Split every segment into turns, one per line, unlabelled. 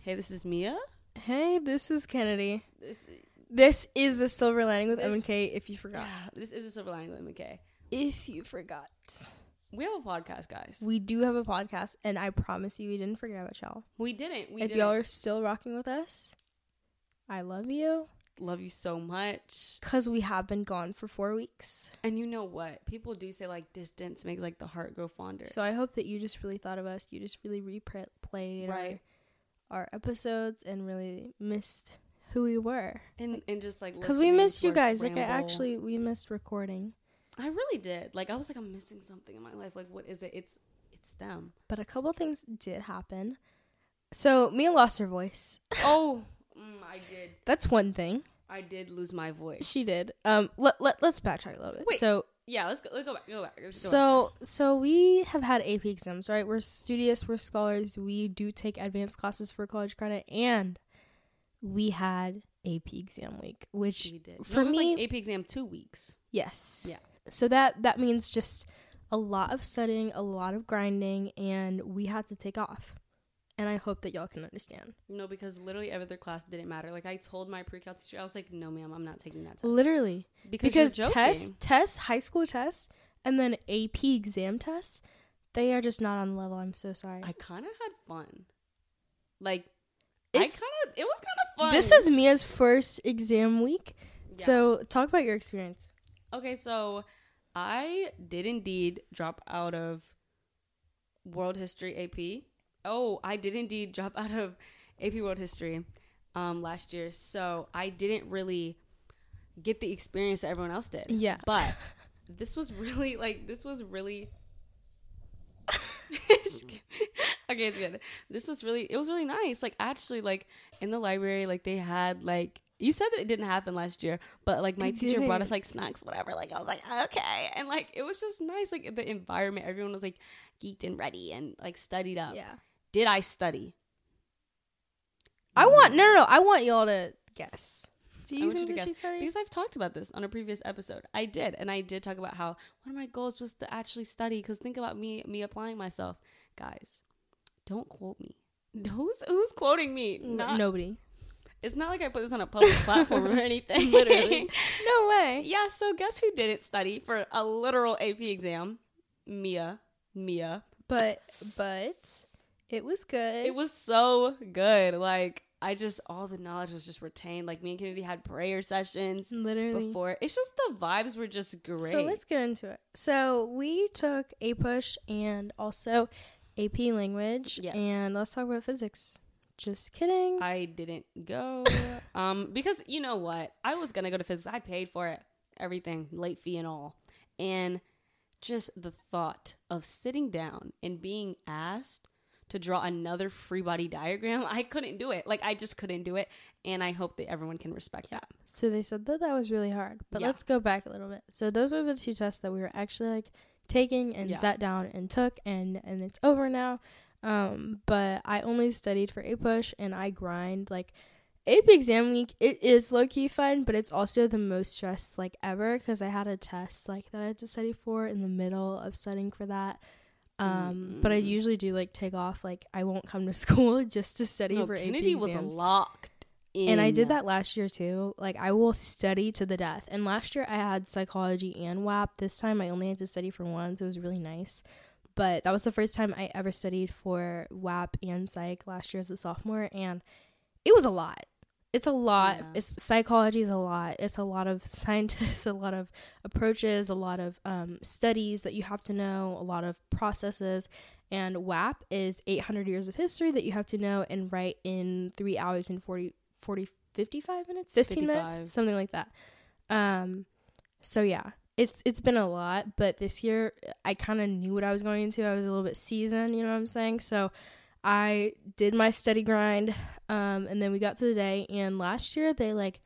Hey, this is Mia.
Hey, this is Kennedy.
This,
This is the Silver Lining with
This-
M and K. If you forgot,
yeah, this is a Silver Lining with McKay.
if you forgot,
We have a podcast, guys.
we do have a podcast, and I promise you, we didn't forget about y'all.
We didn't. We
if
didn't.
y'all are still rocking with us, I love you.
love you so much.
Cause we have been gone for four weeks,
And you know what? People do say like distance makes like the heart grow fonder.
so I hope that you just really thought of us. You just really replayed
Right.
our, our episodes and really missed who we were.
and and just like
Cause we
listening
missed
to
you
our
guys. Like I
ramble.
actually, we missed recording,
I really did. Like I was like I'm missing something in my life. Like what is it? It's it's them.
but a couple things did happen. So Mia lost her voice.
oh, mm, I did.
That's one thing.
I did lose my voice.
She did. Um, let, let, let's backtrack a little bit.
Wait.
So,
Yeah, let's go. Let's go back. Go back. Let's go
so, so we have had AP exams, right? We're studious, we're scholars, we do take advanced classes for college credit, and we had AP exam week,
back.
which
we did.
for
no, it was
me-
like AP exam two weeks.
yes,
Yeah.
So that that means just a lot of studying, a lot of grinding, and we had to take off. And I hope that y'all can understand.
No, because literally every other class didn't matter. Like I told my pre-cal teacher, I was like, "No, ma'am, I'm not taking that test."
Literally,
Because,
because
you're joking.
tests, tests, high school tests, and then AP exam tests, they are just not on level. I'm so sorry.
I kind of had fun. Like I kind
It's-
of it was kind of fun.
This is Mia's first exam week,
Yeah.
so talk about your experience.
okay. So I did indeed drop out of World History AP. Oh, I did indeed drop out of AP World History um, last year. So I didn't really get the experience that everyone else did.
Yeah.
but this was really like this was really okay it's good this was really it was really nice like actually like in the library like they had like you said that it didn't happen last year but like my
It
teacher brought us
didn't.
like snacks whatever like i was like okay and like it was just nice like the environment everyone was like geeked and ready and like studied up
yeah,
did i study
I want no, no, no. I want y'all to guess.
mm-hmm.
Do
I
you
want you
think
to
that
guess.
she started?
Because I've talked about this on a previous episode. I did, and I did talk about how one of my goals was to actually study. Because think about me, me applying myself, guys. Don't quote me. Who's who's quoting me?
N-
Not, no,
Nobody.
it's not like I put this on a public platform or anything.
Literally. No way.
yeah. So guess who didn't study for a literal AP exam? Mia. Mia.
But but it was good.
It was so good. Like I just all the knowledge was just retained. Like me and Kennedy had prayer sessions.
literally.
Before it's just the vibes were just great.
So let's get into it. So we took A Push and also AP Language,
Yes.
and let's talk about physics. Just kidding.
I didn't go. um, because you know what? I was gonna go to physics. I paid for it, everything, late fee and all. And just the thought of sitting down and being asked to draw another free body diagram, I couldn't do it. Like I just couldn't do it. And I hope that everyone can respect
Yeah.
that.
so they said that that was really hard, but
Yeah.
let's go back a little bit. So those are the two tests that we were actually like taking and
Yeah.
sat down and took, and and it's over now. Um, but I only studied for A Push, and I grind like. AP exam week, it is low key fun, but it's also the most stress like ever because I had a test like that I had to study for in the middle of studying for that. Um, but I
Mm.
usually do like take off, like I won't come to school just to study
No,
for AP
Kennedy was
exams.
locked in.
And I did that last year too. Like I will study to the death. And last year I had psychology and WAP. This time I only had to study for one, so it was really nice. But that was the first time I ever studied for WAP and psych last year as a sophomore, and it was a lot. It's a lot.
Yeah.
It's psychology is a lot. It's a lot of scientists, a lot of approaches, a lot of um, studies that you have to know, a lot of processes. And WAP is 800 years of history that you have to know and write in three hours and 40, 40 55 minutes, 15
55.
minutes, something like that. Um, so yeah, it's it's been a lot, but this year I kind of knew what I was going into. I was a little bit seasoned, you know what I'm saying? So I did my study grind, um, and then we got to the day. And last year they like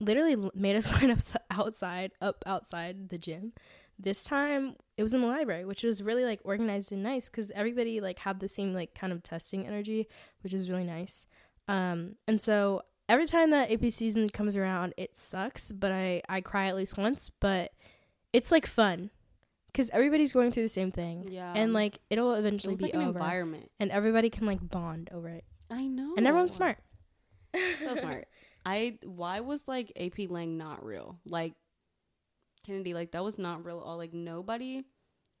literally l- made us line up s- outside, up outside the gym. This time it was in the library, which was really like organized and nice because everybody like had the same like kind of testing energy, which is really nice. Um, and so every time that AP season comes around, it sucks, but I I cry at least once, but it's like fun because everybody's going through the same thing,
Yeah.
and like it'll
it
eventually
was
be
like an
over,
environment.
and everybody can like bond over it.
I know.
and everyone's smart.
So smart. I why was like AP Lang not real? Like Kennedy, like that was not real at all. Like nobody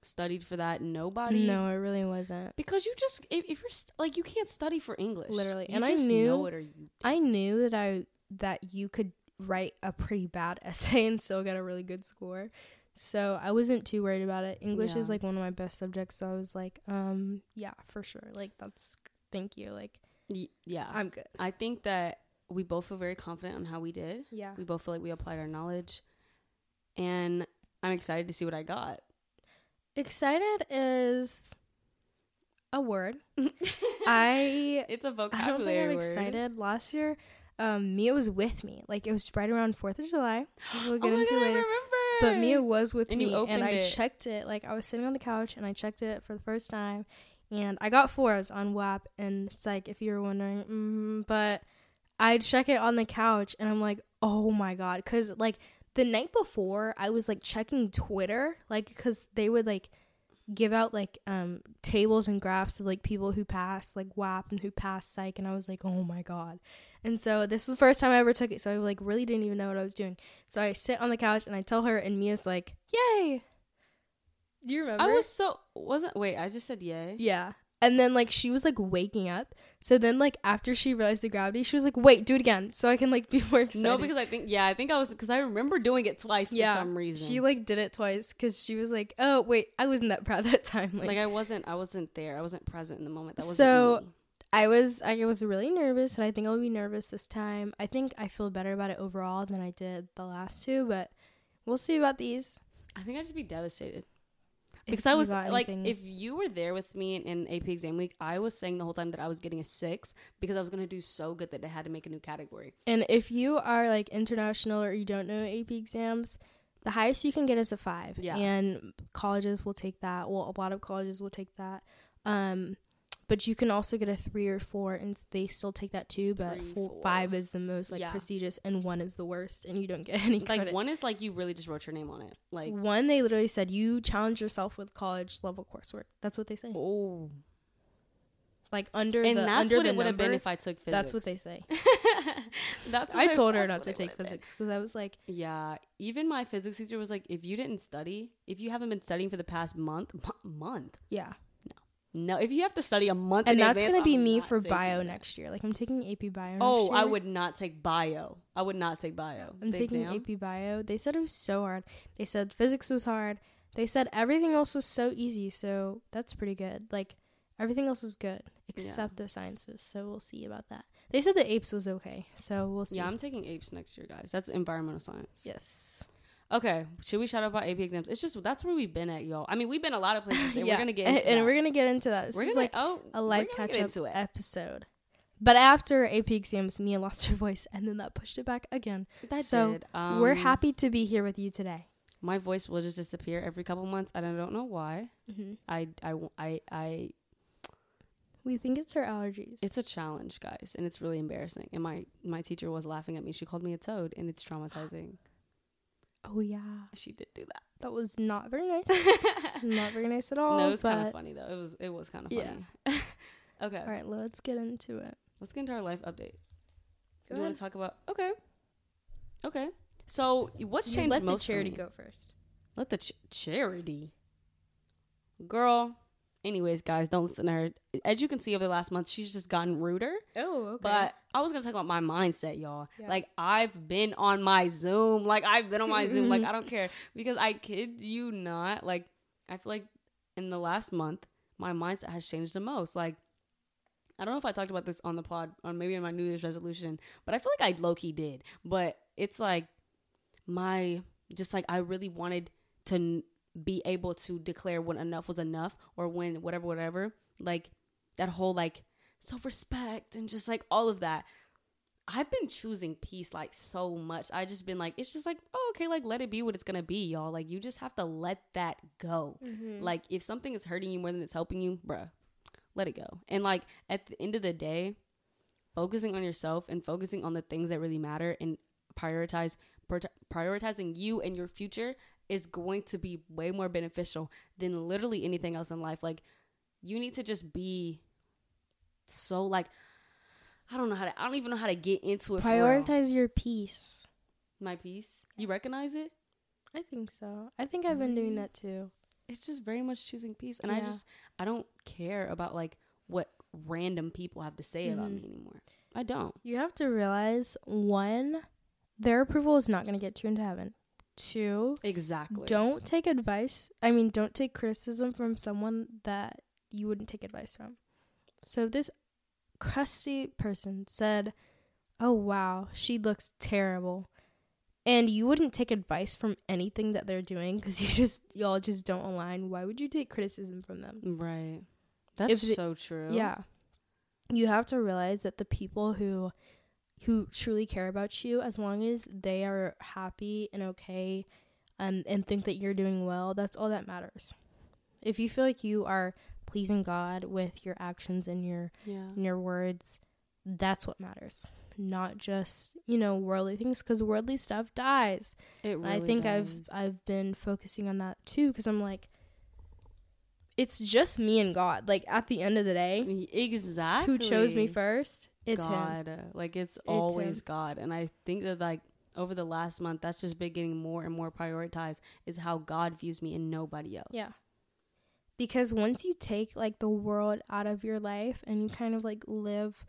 studied for that. Nobody.
No, it really wasn't.
Because you just if, if you're st- like you can't study for English
Literally.
You
And I
just
knew-
know it or you
I knew that I that you could write a pretty bad essay and still get a really good score. So I wasn't too worried about it. English is
Yeah.
like one of my best subjects, so I was like, um, yeah, for sure. Like that's thank you. Like
Y- yeah.
I'm good.
I think that we both feel very confident on how we did.
Yeah.
We both feel like we applied our knowledge, and I'm excited to see what I got.
Excited is a word. I
It's a
I don't think
vocabulary
I'm
word.
excited. Last year, um, Mia was with me. Like it was right around Fourth of July. We'll get
oh my
into
God,
later.
I remember.
But Mia was with
And you
me,
opened
and I
it.
checked it. Like I was sitting on the couch, and I checked it for the first time, and I got fours on WAP and Psych. If you were wondering, mm, but I check it on the couch, and I'm like, oh my god, because like the night before, I was like checking Twitter, like because they would like give out like um tables and graphs of like people who passed like WAP and who passed psych and I was like, "Oh my god." And so this was the first time I ever took it, so I like really didn't even know what I was doing. So I sit on the couch and I tell her and Mia's like, "Yay." Do you remember?
I was so wasn't. Wait, I just said yay.
Yeah. And then like she was like waking up. So then like after she realized the gravity, she was like, "Wait, do it again so I can like be more excited."
No, because I think yeah, I think I was because I remember doing it twice
Yeah.
for some reason.
she like did it twice cuz she was like, "Oh, wait, I wasn't that proud that time."
like, I wasn't, I wasn't there. I wasn't present in the moment. That wasn't
So-
me.
I was I was really nervous and I think I'll be nervous this time. I think I feel better about it overall than I did the last two, but we'll see about these.
I think I'd just be devastated
If
because I
you
was
got
like,
anything-
if you were there with me in, in AP exam week, I was saying the whole time that I was getting a six because I was going to do so good that they had to make a new category.
and if you are like international or you don't know AP exams, the highest you can get is a five.
Yeah.
And colleges will take that. Well, a lot of colleges will take that. Um but you can also get a three or four and they still take that too, but
Three,
four,
four.
five is the most like
Yeah.
prestigious and one is the worst and you don't get any
Like
credit.
one is like you really just wrote your name on it. Like
one they literally said you challenge yourself with college level coursework that's what they say
oh,
like under
and
the
that's
under
what
the
it would have been
number,
if I took physics.
that's what they say
that's
i
what
told her
that's
not
what
to
it
take
would've been.
physics because i was like
Yeah, even my physics teacher was like, if you didn't study, if you haven't been studying for the past month, mo- month,
yeah
no, if you have to study a month,
and
in
that's
advance,
gonna be
I'm
me
not
for
taking
bio
it.
next year like i'm taking ap bio
Oh,
next
I
year.
would not take bio. I would not take bio.
i'm
The
taking
exam?
ap bio they said it was so hard they said physics was hard they said everything else was so easy so that's pretty good like everything else was good except the sciences so we'll see about that they said the apes was okay so we'll see
Yeah, I'm taking apes next year, guys. That's environmental science.
yes
Okay, should we shout out about AP exams? It's just that's where we've been at, y'all. I mean, we've been a lot of places, and
Yeah,
we're gonna get
and,
into
and
that.
we're gonna get into that. This
We're
is
gonna-
like
oh
a
we're
live
gonna
catch
get
up
into it.
episode. But after AP exams, Mia lost her voice, and then that pushed it back again.
That
so
did. Um,
we're happy to be here with you today.
My voice will just disappear every couple months, and I don't know why.
hmm
I I I I.
We think it's her allergies.
It's a challenge, guys, and it's really embarrassing. And my my teacher was laughing at me. She called me a toad, and it's traumatizing.
oh yeah,
She did do that.
that was not very nice. not very nice at all.
no, it was kind
Oh, but-
of funny though. It was it was kind of
Yeah.
funny. okay,
All right, let's get into it.
let's get into our life update.
Go
you want
ahead.
to talk about? Okay, okay. So what's
You
changed
let
most?
the
for
charity
me?
go first.
Let the ch- charity. Girl. Anyways, guys, don't listen to her. As you can see over the last month, she's just gotten ruder.
Oh, okay.
But I was gonna talk about my mindset, y'all.
Yeah.
Like I've been on my Zoom. Like I've been on my Zoom. Like I don't care because I kid you not. Like I feel like in the last month, my mindset has changed the most. Like I don't know if I talked about this on the pod or maybe in my New Year's resolution, but I feel like I low key did. But it's like my just like I really wanted to n- be able to declare when enough was enough or when whatever whatever like that whole like self respect and just like all of that. I've been choosing peace like so much. I just been like it's just like oh okay like let it be what it's gonna be y'all. Like you just have to let that go.
Mm-hmm.
Mm-hmm. Like if something is hurting you more than it's helping you, bruh, let it go. And like at the end of the day, focusing on yourself and focusing on the things that really matter and prioritize prior- prioritizing you and your future is going to be way more beneficial than literally anything else in life. Like you need to just be so like I don't know how to. I don't even know how to get into it. for real.
Prioritize your peace.
my piece. You recognize it.
I think so. I think I've been doing that too.
It's just very much choosing peace, and I
Yeah.
just I don't care about like what random people have to say about
Mhm.
me anymore. I don't.
You have to realize one, their approval is not going to get you into heaven. Two,
Exactly.
don't take advice. I mean, don't take criticism from someone that you wouldn't take advice from. So if this crusty person said, "Oh wow, she looks terrible." And you wouldn't take advice from anything that they're doing cuz you just y'all just don't align. Why would you take criticism from them?
Right. That's
the-
so true.
Yeah. You have to realize that the people who who truly care about you, as long as they are happy and okay um, and think that you're doing well, that's all that matters. If you feel like you are pleasing God with your actions and your
Yeah.
and your words, that's what matters. Not just, you know, worldly things cuz worldly stuff dies.
It
And
really
I think
does.
I've I've been focusing on that too cuz I'm like it's just me and God. Like at the end of the day,
exactly
who chose me first, it's him.
God. Like it's
him.
always God. And I think that like over the last month that's just been getting more and more prioritized is how God views me and nobody else.
Yeah. Because once you take like the world out of your life and you kind of like live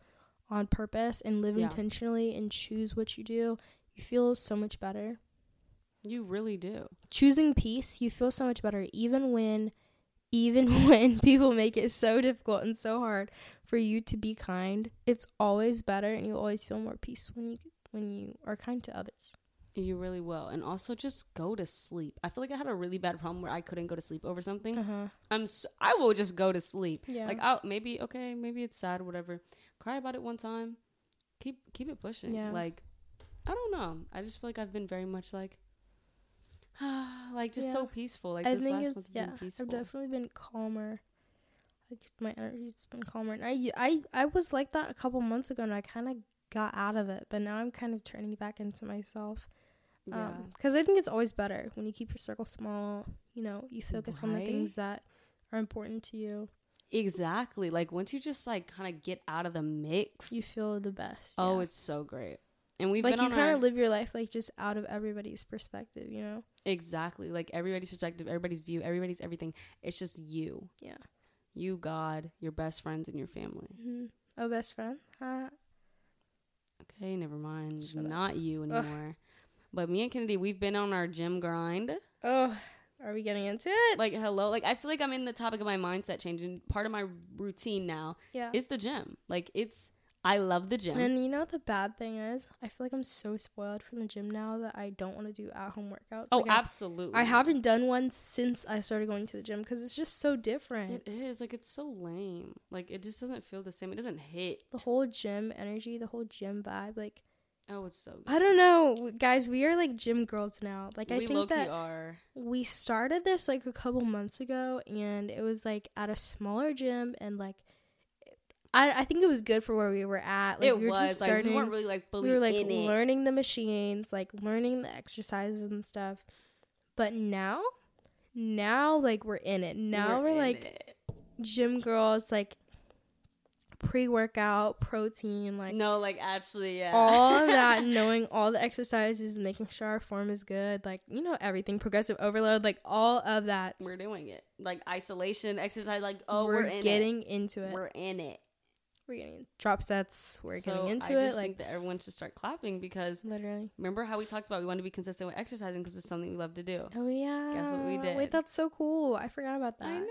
on purpose and live
Yeah.
intentionally and choose what you do, you feel so much better.
You really do.
Choosing peace, you feel so much better even when even when people make it so difficult and so hard for you to be kind. It's always better and you always feel more peace when you when you are kind to others.
You really will. And also just go to sleep. I feel like I had a really bad problem where I couldn't go to sleep over something.
Uh-huh.
I'm so, I will just go to sleep.
Yeah.
Like oh maybe okay, maybe it's sad whatever. Cry about it one time. Keep keep it pushing.
Yeah.
Like I don't know. I just feel like I've been very much like like just so
Yeah.
peaceful. Like this last one's been peaceful.
I've definitely been calmer. Like my energy's been calmer, and I, I, I was like that a couple months ago, and I kind of got out of it. But now I'm kind of turning back into myself. um,
yeah.
Because I think it's always better when you keep your circle small. You know, you focus on the things that are important to you.
exactly. Like once you just like kind of get out of the mix.
You feel the best.
oh,
yeah.
it's so great. And we've
like
been
you
on
kind
our,
of live your life like just out of everybody's perspective. You know.
exactly like everybody's perspective, everybody's view, everybody's everything. It's just you,
Yeah.
you, God, your best friends, and your family.
hmm Oh, best friend. Huh?
Okay, never mind.
Shut up.
Not you
Ugh.
anymore. But me and Kennedy, we've been on our gym grind.
Oh, are we getting into it?
Like, hello. Like, I feel like I'm in the topic of my mindset change, and part of my routine now
yeah.
is the gym. Like, it's, I love the gym.
And you know what the bad thing is? I feel like I'm so spoiled from the gym now that I don't want to do at home workouts.
oh,
Like, I-
absolutely.
I haven't done one since I started going to the gym because it's just so different.
It is like it's so lame. Like it just doesn't feel the same. It doesn't hit.
The whole gym energy, the whole gym vibe. Like,
Oh, it's so. Good.
I don't know, guys, we are like gym girls now. Like, I
we
think
low-key
that
are.
we started this like a couple months ago and it was like at a smaller gym and like. I, I think it was good for where we were at. Like,
it
we were
was
just
like we
starting.
weren't really like fully
we were like
in it.
learning the machines, like learning the exercises and stuff. But now, now like we're in it.
We
Now
were
we're,
in
like
it.
gym girls, like pre workout, protein, like
no, like actually, yeah.
all of that, knowing all the exercises, making sure our form is good, like you know everything, progressive overload, like all of that.
we're doing it. Like isolation exercise. Like oh,
we're,
we're, in it.
getting into it. We're,
We're in it.
getting drop sets. We're
So
getting into
I
it.
just
Like
think that everyone should start clapping because
literally.
remember how we talked about we want to be consistent with exercising because it's something we love to do.
Oh yeah.
Guess what we did?
Wait, that's so cool. I forgot about that.
I know.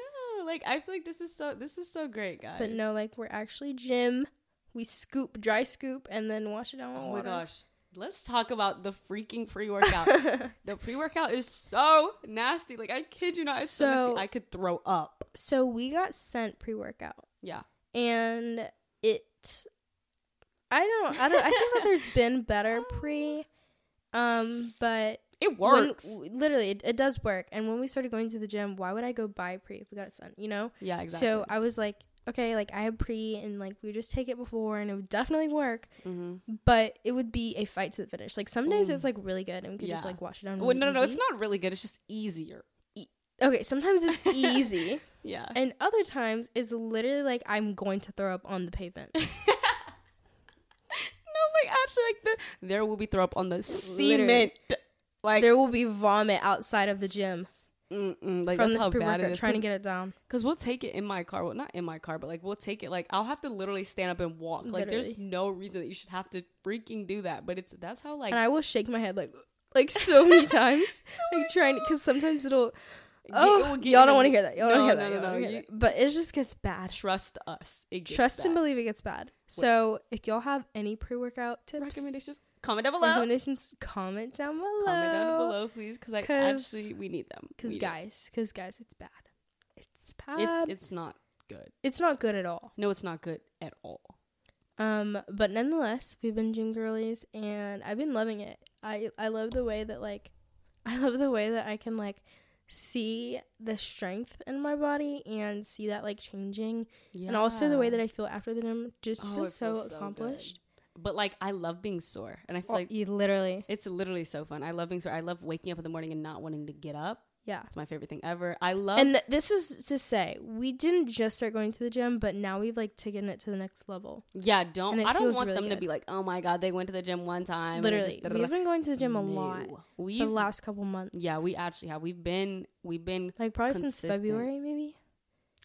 Like I feel like this is so this is so great, guys.
But no, like we're actually gym. We scoop, dry scoop, and then wash it down with
Oh my
water.
gosh. Let's talk about the freaking pre workout. the pre workout is so nasty. Like, I kid you not. It's so,
So-
nasty. I could throw up.
So we got sent pre workout,
Yeah.
and it. I don't. I don't. I think that there's been better pre, um, but
It
when-
works.
w- literally, it, it does work. And when we started going to the gym, why would I go buy pre if we got it sent? You know.
yeah, exactly.
So I was like, okay, like I had pre, and like we would just take it before, and it would definitely work.
hmm
But it would be a fight to the finish. Like some days
Ooh.
it's like really good, and we could just
Yeah.
like wash it down.
well,
really
no, no, no.
easy.
It's not really good. It's just easier. Oh
okay, sometimes it's easy,
Yeah.
and other times it's literally like I'm going to throw up on the pavement.
like actually like the, there will be throw up on the cement.
Literally.
Like,
there will be vomit outside of the gym
mm-mm, mm, like
from
that's
this
how
pre
bad it
workout
is.
trying to get it down.
Because we'll take it in my car. Well, not in my car, but like we'll take it. Like I'll have to literally stand up and walk. Like there's no reason that you should have to freaking do that. But it's that's how like
And I will shake my head like like so many times, like trying to because sometimes it'll.
get-
Oh,
Oh it will get you
y'all don't
to
want to hear that. Y'all
No,
don't hear
no,
that.
no,
y'all don't
no,
hear
you-
that. But it just gets bad.
trust us. It gets
Trust and
that.
believe it gets bad. So if y'all have any pre-workout tips,
recommendations. Comment down below.
recommendations, comment down below.
Comment down below, please, because I
'Cause-
actually we need them.
Because
We do.
guys, because guys, it's bad. It's bad.
it's
It's,
it's not good.
not good at all.
No, it's not good at all.
Um, but nonetheless, we've been gym girlies, and I've been loving it. I I love the way that like, I love the way that I can like see the strength in my body and see that like changing, and also the way that I feel after the gym just
Oh,
feels
it
so
feels so good.
accomplished.
But like I love being sore, and I feel like
you literally,
it's literally so fun. I love being sore. I love waking up in the morning and not wanting to get up.
yeah.
It's my favorite thing ever. I love
And th- this is to say, we didn't just start going to the gym, but now we've like taken it to the next level.
Yeah, don't.
And it
I don't
feels
want
really
them to
good.
be like, oh my god, they went to the gym one time. and it was
Literally,
just-
we've been going to the gym a lot
No.
for the
We've
last couple months.
yeah, we actually have. We've been we've been
like probably since
consistent.
February, maybe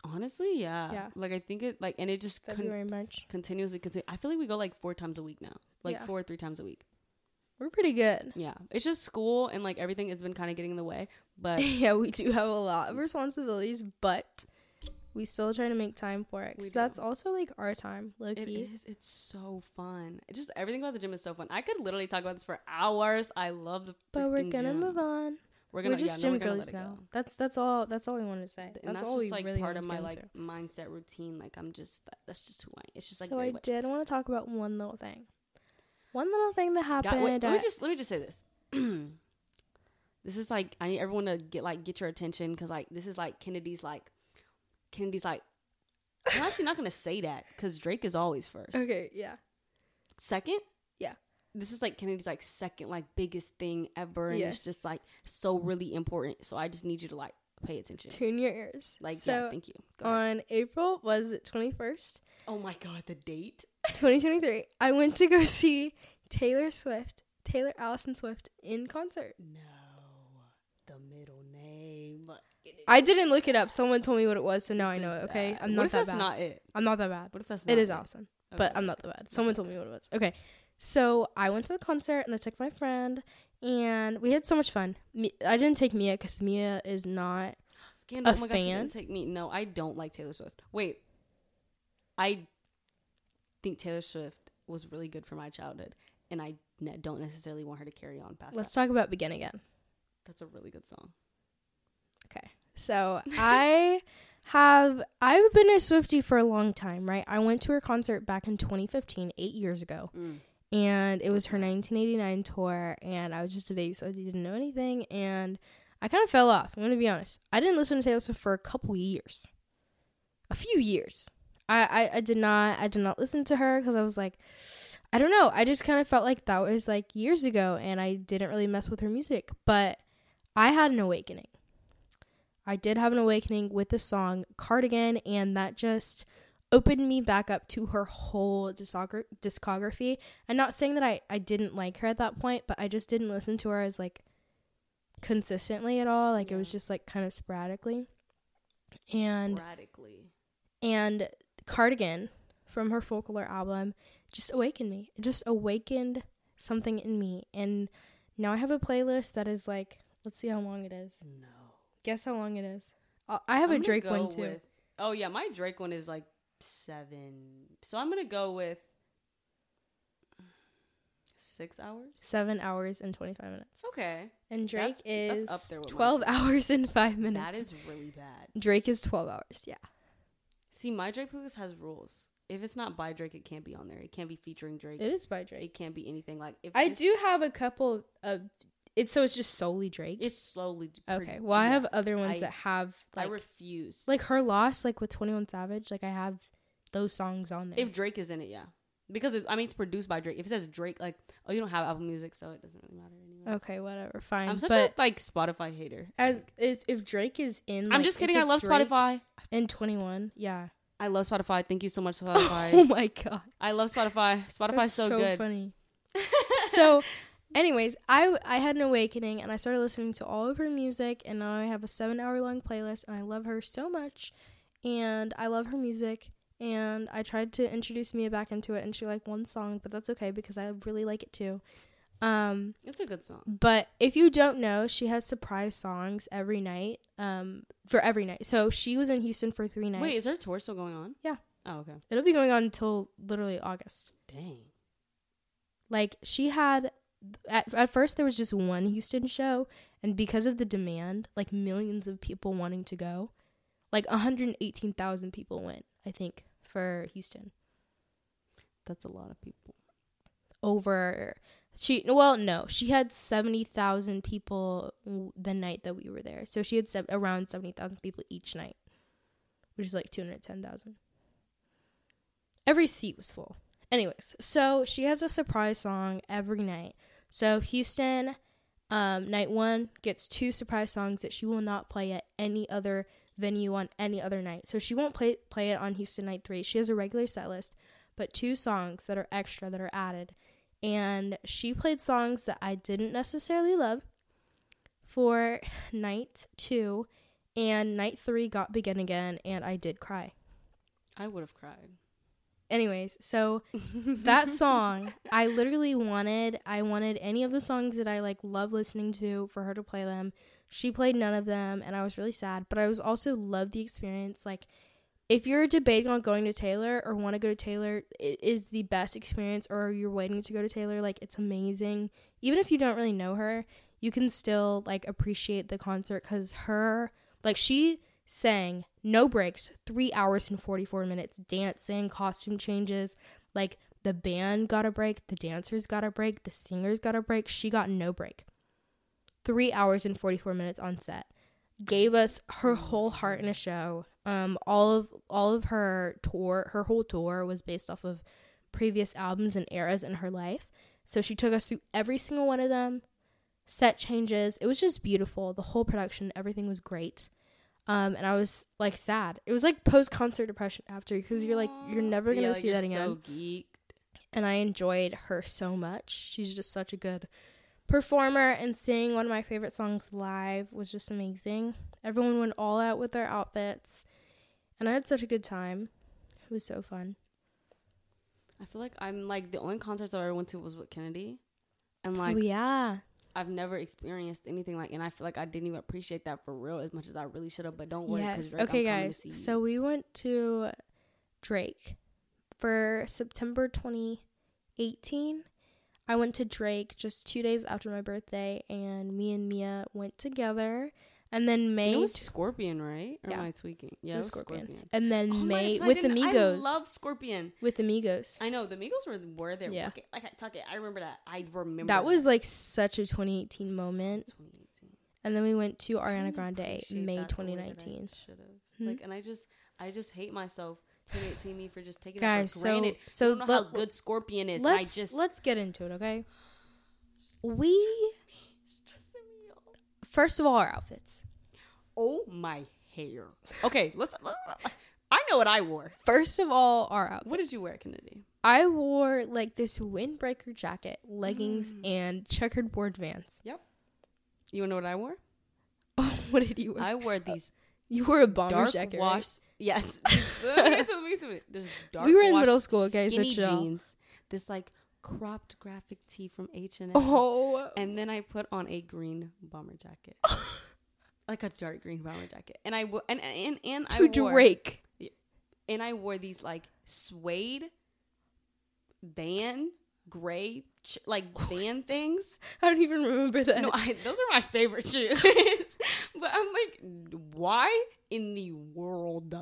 honestly, yeah.
Yeah.
Like I think it like and it just con-
February, March.
continuously continue. I feel like we go like four times a week now, like
Yeah.
four or three times a week.
We're pretty good.
Yeah, it's just school and like everything has been kind of getting in the way, but
yeah, we do have a lot of responsibilities, but we still try to make time for it
We
because
do.
that's also like our time, low
it
key.
is. It's so fun. It just everything about the gym is so fun. I could literally talk about this for hours. I love the.
But we're
freaking
gonna
gym.
move on.
We're
We're,
gonna
just
yeah, no,
gym
we're gonna let
girlies
it go.
now. That's that's all. That's all we wanted to say.
Th-
That's,
and that's,
all
just
we
like
really
part
wanted
of
to
my
get
like
into.
mindset routine. Like I'm just that, that's just who I. It's just like
so
very
I
much-
did want to talk about one little thing. One little thing that
God,
happened.
wait, let me
at-
just let me just say this. this is like I need everyone to get like get your attention because like this is like Kennedy's like Kennedy's like. I'm actually not gonna say that because Drake is always first.
okay, yeah.
Second.
Yeah.
This is like Kennedy's like second like biggest thing ever, and
Yes.
it's just like so really important. So I just need you to like pay attention.
Tune your ears.
Like yeah,
so um,
thank you. Go ahead.
on April was it twenty first,
oh my god, the date.
twenty twenty three. I went to go see Taylor Swift, Taylor Allison Swift in concert.
No, the middle name.
I didn't look it up. Someone told me what it was, so now I know it. Okay,
what
I'm not
if
that
that's
bad.
not it.
I'm not that bad.
What if that's not
It is
it?
awesome.
Okay.
but I'm not the bad. Someone told me what it was. Okay, so I went to the concert and I took my friend, and we had so much fun. Me- I didn't take Mia because Mia is not.
Scandal.
a
oh my gosh, you
fan?
didn't take me. No, I don't like Taylor Swift. Wait, I think Taylor Swift was really good for my childhood, and I ne- don't necessarily want her to carry on past
Let's
that.
talk about Begin Again.
That's a really good song.
So I have I've been a Swifty for a long time, right? I went to her concert back in 2015, eight years ago, and it was her 1989 tour, and I was just a baby, so I didn't know anything, and I kind of fell off. I'm gonna be honest. I didn't listen to Taylor Swift for a couple years, a few years. I, I, I did not I did not listen to her because I was like, I don't know. I just kind of felt like that was like years ago, and I didn't really mess with her music. But I had an awakening. I did have an awakening with the song Cardigan, and that just opened me back up to her whole discogra- discography. And not saying that I, I didn't like her at that point, but I just didn't listen to her as like consistently at all. Like it was
Yeah.
just like kind of sporadically. And
Sporadically.
and Cardigan from her folklore album just awakened me. It just awakened something in me. And now I have a playlist that is like, let's see how long it is.
No,
Guess how long it is. I I have
I'm
a
gonna
Drake
go
one too.
with- oh yeah, my Drake one is like seven. So I'm gonna go with six hours.
Seven hours and twenty five minutes.
Okay,
And Drake
That's- that's
is
up there with mine.
twelve hours and five minutes.
that is really bad.
Drake is twelve hours. Yeah.
See, my Drake playlist has rules. If it's not by Drake, it can't be on there. It can't be featuring Drake.
It is by
It
Drake.
can't be anything like. If
I
it's-
do have a couple of it's so it's just solely Drake.
It's slowly. d- pro-
okay. Well, I
yeah.
have other ones
I-
that have like
I refuse.
like her loss, like with Twenty One Savage. Like I have those songs on there.
If Drake is in it, yeah. Because it's, I mean, it's produced by Drake. If it says Drake, like, oh, you don't have Apple Music, so it doesn't really matter anyway.
okay, whatever, Oh, fine.
I'm such
but
a like Spotify hater.
as if if Drake is in,
I'm
like,
just
if
kidding. I
it's
love
Drake
Spotify.
and Twenty One. Yeah.
I love Spotify. Thank you so much,
Oh
Spotify.
my god.
I love Spotify. Spotify's
That's
so, good.
funny. so anyways i i had an awakening and i started listening to all of her music and now i have a seven hour long playlist and i love her so much and i love her music and i tried to introduce mia back into it and she liked one song but that's okay because i really like it too um
It's a good song.
but if you don't know, she has surprise songs every night. Um, for every night. So she was in Houston for three nights.
Wait, is there a tour still going on?
Yeah.
Oh, okay.
It'll be going on until literally August.
Dang.
Like she had, at, at first there was just one Houston show, and because of the demand, like millions of people wanting to go, like 118,000 people went. I think for Houston
That's a lot of people.
over. She well no she had seventy thousand people w- the night that we were there so she had sev- around seventy thousand people each night, which is like two hundred ten thousand. Every seat was full. Anyways, so she has a surprise song every night. So Houston, um, night one gets two surprise songs that she will not play at any other venue on any other night. So she won't play play it on Houston night three. She has a regular set list, but two songs that are extra that are added. And she played songs that I didn't necessarily love for night two, and night three got Begin Again, and I did cry.
I would have cried.
Anyways, so that song i literally wanted i wanted any of the songs that i like love listening to for her to play them she played none of them and i was really sad but i was also loved the experience like if you're debating on going to taylor or want to go to taylor it is the best experience or you're waiting to go to taylor like it's amazing even if you don't really know her you can still like appreciate the concert because her like she sang no breaks three hours and 44 minutes dancing costume changes like the band got a break, the dancers got a break, the singers got a break. She got no break. Three hours and 44 minutes on set. Gave us her whole heart in a show. Um, all of all of her tour, her whole tour was based off of previous albums and eras in her life. So she took us through every single one of them. Set changes. It was just beautiful. The whole production, everything was great. Um, and I was like sad. It was like post concert depression after because you're like you're never gonna
Yeah,
see
you're
that again
So geeked.
and I enjoyed her so much. She's just such a good performer, and seeing one of my favorite songs live was just amazing. Everyone went all out with their outfits, and I had such a good time. It was so fun.
I feel like I'm like the only concerts I ever went to was with Kennedy, and like
oh, yeah.
I've never experienced anything like, and I feel like I didn't even appreciate that for real as much as I really should have. But don't worry, 'cause,
Yes.
Drake, I'm coming
Okay,
to
guys.
see you.
So we went to Drake for September 2018. I went to Drake just two days after my birthday, and me and Mia went together. And then May
And it was Scorpion, right? Or
Yeah.
am I tweaking? Yeah,
It was
Scorpion.
Scorpion. and then
Oh my
May
gosh, I
with
didn't-
Amigos.
I love Scorpion.
with Amigos.
I know the Migos were were there.
Yeah.
Yeah. I can't talk it. I remember that. I remember
That was like such a 2018 moment.
2018.
And then we went to Ariana
didn't
Grande
appreciate
May
that the way that I
2019.
Should have
Hmm?
like, and I just I just hate myself 2018 me for just taking
Guys,
it for
so
granted.
so
I don't know how
let-
good Scorpion is. and I
let's
just
let's get into it, okay? We
stressing me out.
first of all our outfits.
Oh my hair. Okay, let's. uh, I know what I wore.
First of all our outfits.
What did you wear, Kennedy?
I wore like this windbreaker jacket, leggings,
Mm.
and checkered board vans. Oh,
You wanna know what I wore?
what did you wear?
I wore these
you wore a bomber
dark
jacket. right?
wash. Yes. Wait till- wait till- wait. this dark.
We were in
wash
middle school, okay, so
Skinny
chill.
jeans. This like cropped graphic tee from H and M.
Oh,
And then I put on a green bomber jacket, like a dark green bomber jacket. And I wo- and and and I
to
wore
Drake.
and I wore these like suede van gray ch- like van things.
I don't even remember that.
No, I, those are my favorite shoes. but I'm like, why in the world?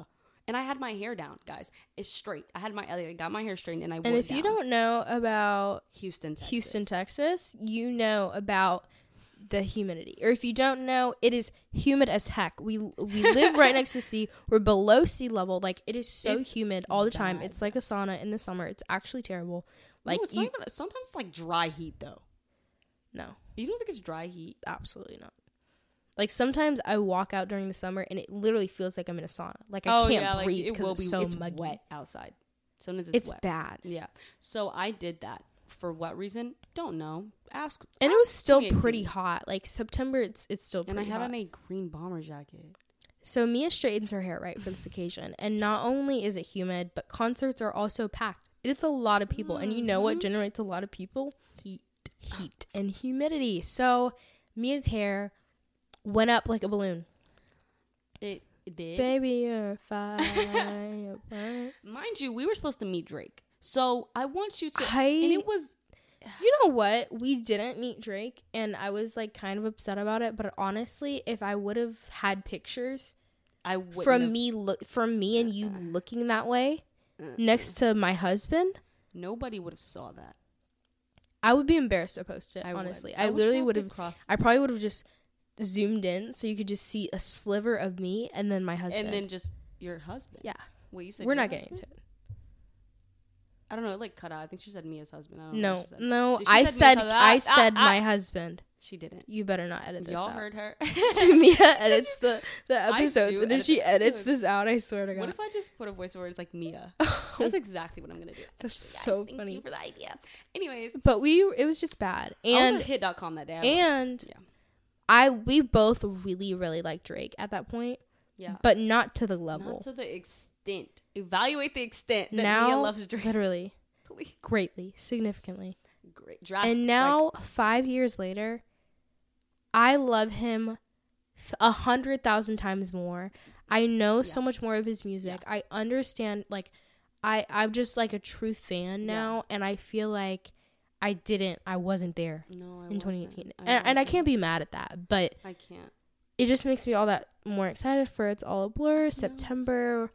And I had my hair down, guys. It's straight. I had my I got my hair straightened, and I wore
and
it
if you
down.
don't know about
Houston, Texas.
Houston, Texas, you know about the humidity. Or if you don't know, it is humid as heck. We we live right next to sea. We're below sea level. Like it is so humid all the time.
bad.
It's like a sauna in the summer. It's actually terrible. Like
no, it's
you,
not even, sometimes it's like dry heat though.
no,
You don't think it's dry heat?
absolutely not. Like sometimes I walk out during the summer and it literally feels like I'm in a sauna. Like
Oh,
I can't breathe because it's so
it's
muggy.
wet outside. As soon as it's,
It's
wet.
bad.
Yeah. So I did that For what reason? Don't know. Ask.
And it
ask
was still
2018.
pretty hot. Like September, it's it's still
And
pretty
I had
hot.
on a green bomber jacket.
So Mia straightens her hair right for this occasion, and not only is it humid, but concerts are also packed. It's a lot of people, and you know what generates a lot of people?
Mm-hmm. Heat.
Heat and humidity. So Mia's hair went up like a balloon.
It, it did.
Baby, you're fine.
Mind you, we were supposed to meet Drake. So I want you to.
I-
and it was.
you know what? We didn't meet Drake, and I was like kind of upset about it. But honestly, if I would have had pictures
I wouldn't
from
have-
me, look from me and you looking that way next to my husband,
Nobody would have saw that.
I would be embarrassed to post it.
I would.
honestly,
I
I,
wish
literally
I
would
could
have.
cross-
I probably would have just zoomed in so you could just see a sliver of me and then my husband.
And then just your husband.
yeah,
Wait, you said
we're
your
not getting
husband?
into it.
I don't know. It like cut out. I think she said Mia's husband. I don't know
No,
what Oh, she said.
no,
She- she
I
Mia's
said
husband.
I
Ah,
said
ah,
my
ah.
husband.
She didn't.
You better not edit this
Y'all
out.
heard her.
Mia edits the the episodes,
do
and if
edit
she
the
edits
episodes.
this out, I swear to
What
God,
if I just put a voiceover? It's like Mia. That's exactly what I'm gonna do.
that's
Guys,
so
thank
funny.
you for the idea. Anyways,
But we, it was just bad,
I was
and
at hit.com that day. I was.
and
Yeah.
I we both really really liked Drake at that point,
yeah,
but not to the level.
not to the extent. Evaluate the extent that
now,
Mia loves Drake.
literally,
Please.
greatly, significantly.
Great. Drastic,
and now, five years later, I love him f- a hundred thousand times more. I know so much more of his music. I understand. Like, I I'm just like a true fan now, and I feel like I didn't. I wasn't there
like, no, I
in
wasn't.
2018,
I
and, and I
wasn't.
can't be mad at that. But
I can't.
it just makes me all that more excited for it's all a blur September.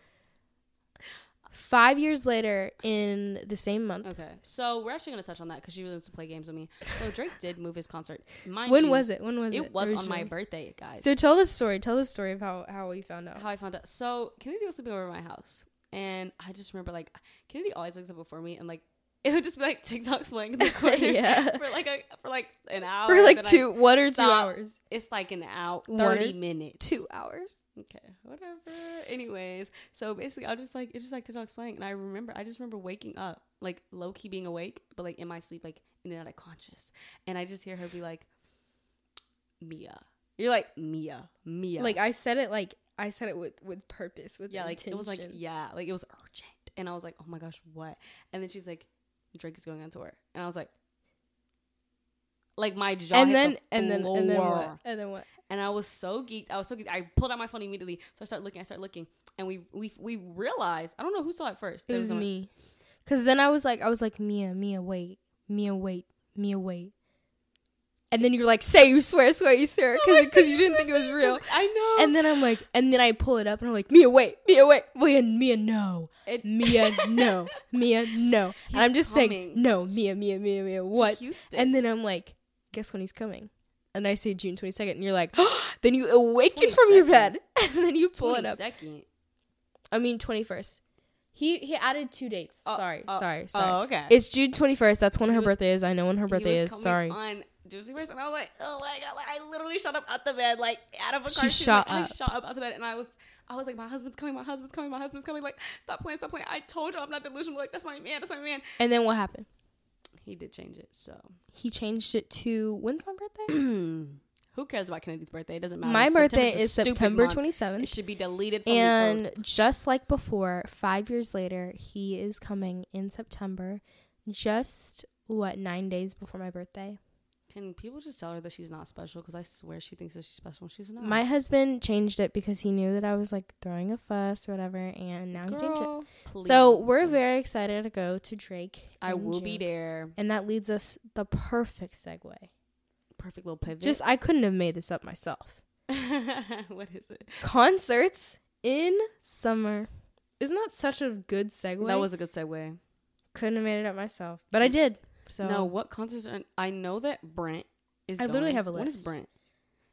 Five years later, in the same month,
Okay, so we're actually gonna touch on that because she wants to play games with me. So Drake did move his concert. Mind
when
you,
was it? When was it?
It was on my
originally?
birthday, guys.
So tell the story. Tell the story of how, how we found out.
how I found out. So Kennedy was sleeping over at my house, and I just remember like Kennedy always wakes up before me, and like it would just be like TikTok's playing in the corner
Yeah.
for like a for like an hour
For like
then I-
two, one or two
stop.
hours.
it's like an hour,
One or
thirty minutes.
hours.
Okay, whatever. Anyways, so basically, I was just like it's just like TikTok's playing, and I remember I just remember waking up like low key being awake, but like in my sleep, like in and out of conscious, and I just hear her be like, Mia. You're like Mia, Mia.
Like I said it like I said it with with purpose with
yeah like it was like
intention.
yeah like it was urgent and i was like oh my gosh what and then she's like drake is going on tour and i was like like my jaw
and
hit
then
the
and then and then what?
floor.
And then what?
and i was so geeked i was so geeked i pulled out my phone immediately so i started looking i started looking and we we we realized i don't know who saw it first
It
There
was
someone-
me. Cause then I was like I was like Mia, Mia, wait, Mia, wait, Mia, wait. And then you're like, say you swear, swear you swear,
Oh, I
because
said
you didn't think it was real.
'Cause i know
And then I'm like, and then I pull it up and I'm like, Mia, wait, Mia, wait, wait, and Mia, no.
It-
Mia, no. Mia, no.
He's
and I'm just saying,
coming.
no, Mia, Mia, Mia, Mia, what?
Houston.
And then I'm like, guess when he's coming? And I say June 22nd, and you're like, then you awaken from your
22nd.
bed, and then you pull it up.
22nd.
I mean, 21st. He he added two dates.
Oh,
Uh, sorry,
oh,
sorry, sorry.
oh okay
It's June 21st. That's when her
was-
birthday is. I know when her
He was
birthday is.
coming
Sorry.
On Juicy Verse, and I was like, oh my god! Like I literally shot up out the bed, like out of a car.
She
She was
shot
like, I
up.
shot up out the bed, and I was, I was like, my husband's coming, my husband's coming, my husband's coming. Like, stop playing, stop playing. I told you I'm not delusional. Like, that's my man, that's my man.
and then what happened?
He did change it, so
He changed it to when's my birthday?
who cares about Kennedy's birthday? It doesn't matter.
my
September's
birthday
a
is
stupid
September
month.
twenty seventh.
It should be deleted from the
And
earth.
just like before, five years later, he is coming in September, just what, nine days before my birthday.
Can people just tell her that she's not special? Because I swear she thinks that she's special, and she's not.
My husband changed it because he knew that I was like throwing a fuss or whatever, and now he changed it.
girl. Please.
So we're very excited to go to Drake.
I
in
will be
June.
there.
And that leads us the perfect segue.
Perfect little pivot.
Just, I couldn't have made this up myself.
what is it?
Concerts in summer. Isn't that such a good segue?
That was a good segue.
couldn't have made it up myself, but I did. So
No, what concerts are? I know that Brent is.
I literally
going.
have a
When is
list.
Brent?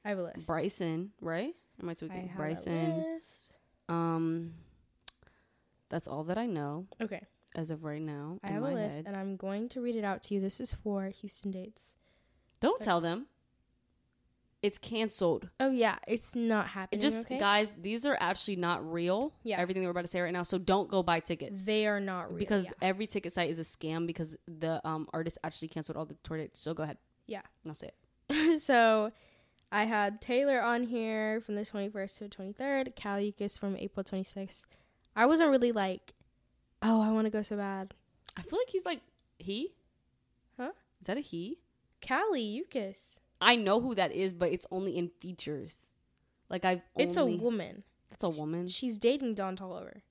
I have a list.
Bryson, right? Am I
I
tweaking?
have a
Bryson.
list.
Um, that's all that I know
Okay,
as of right now.
I
in
have a
my
list,
head.
and I'm going to read it out to you. This is for Houston dates.
Don't tell them. It's canceled.
Oh yeah, it's not
It
happening.
just
Mm, okay?
guys, these are actually not real.
Yeah.
Everything we're about to say right now. So don't go buy tickets.
they are not real.
because
yeah.
every ticket site is a scam because the um, artist actually canceled all the tour dates. So go ahead.
Yeah.
I'll say it.
so I had Taylor on here from the 21st to the 23rd, Cal Ukas from April 26th. I wasn't really like, oh, I want to go so bad.
I feel like he's like he.
Huh?
Is that a he?
Callie Ukas.
I know who that is, but it's only in features. Like I've
It's a
only-
woman.
It's a woman.
She's dating Don Tolliver.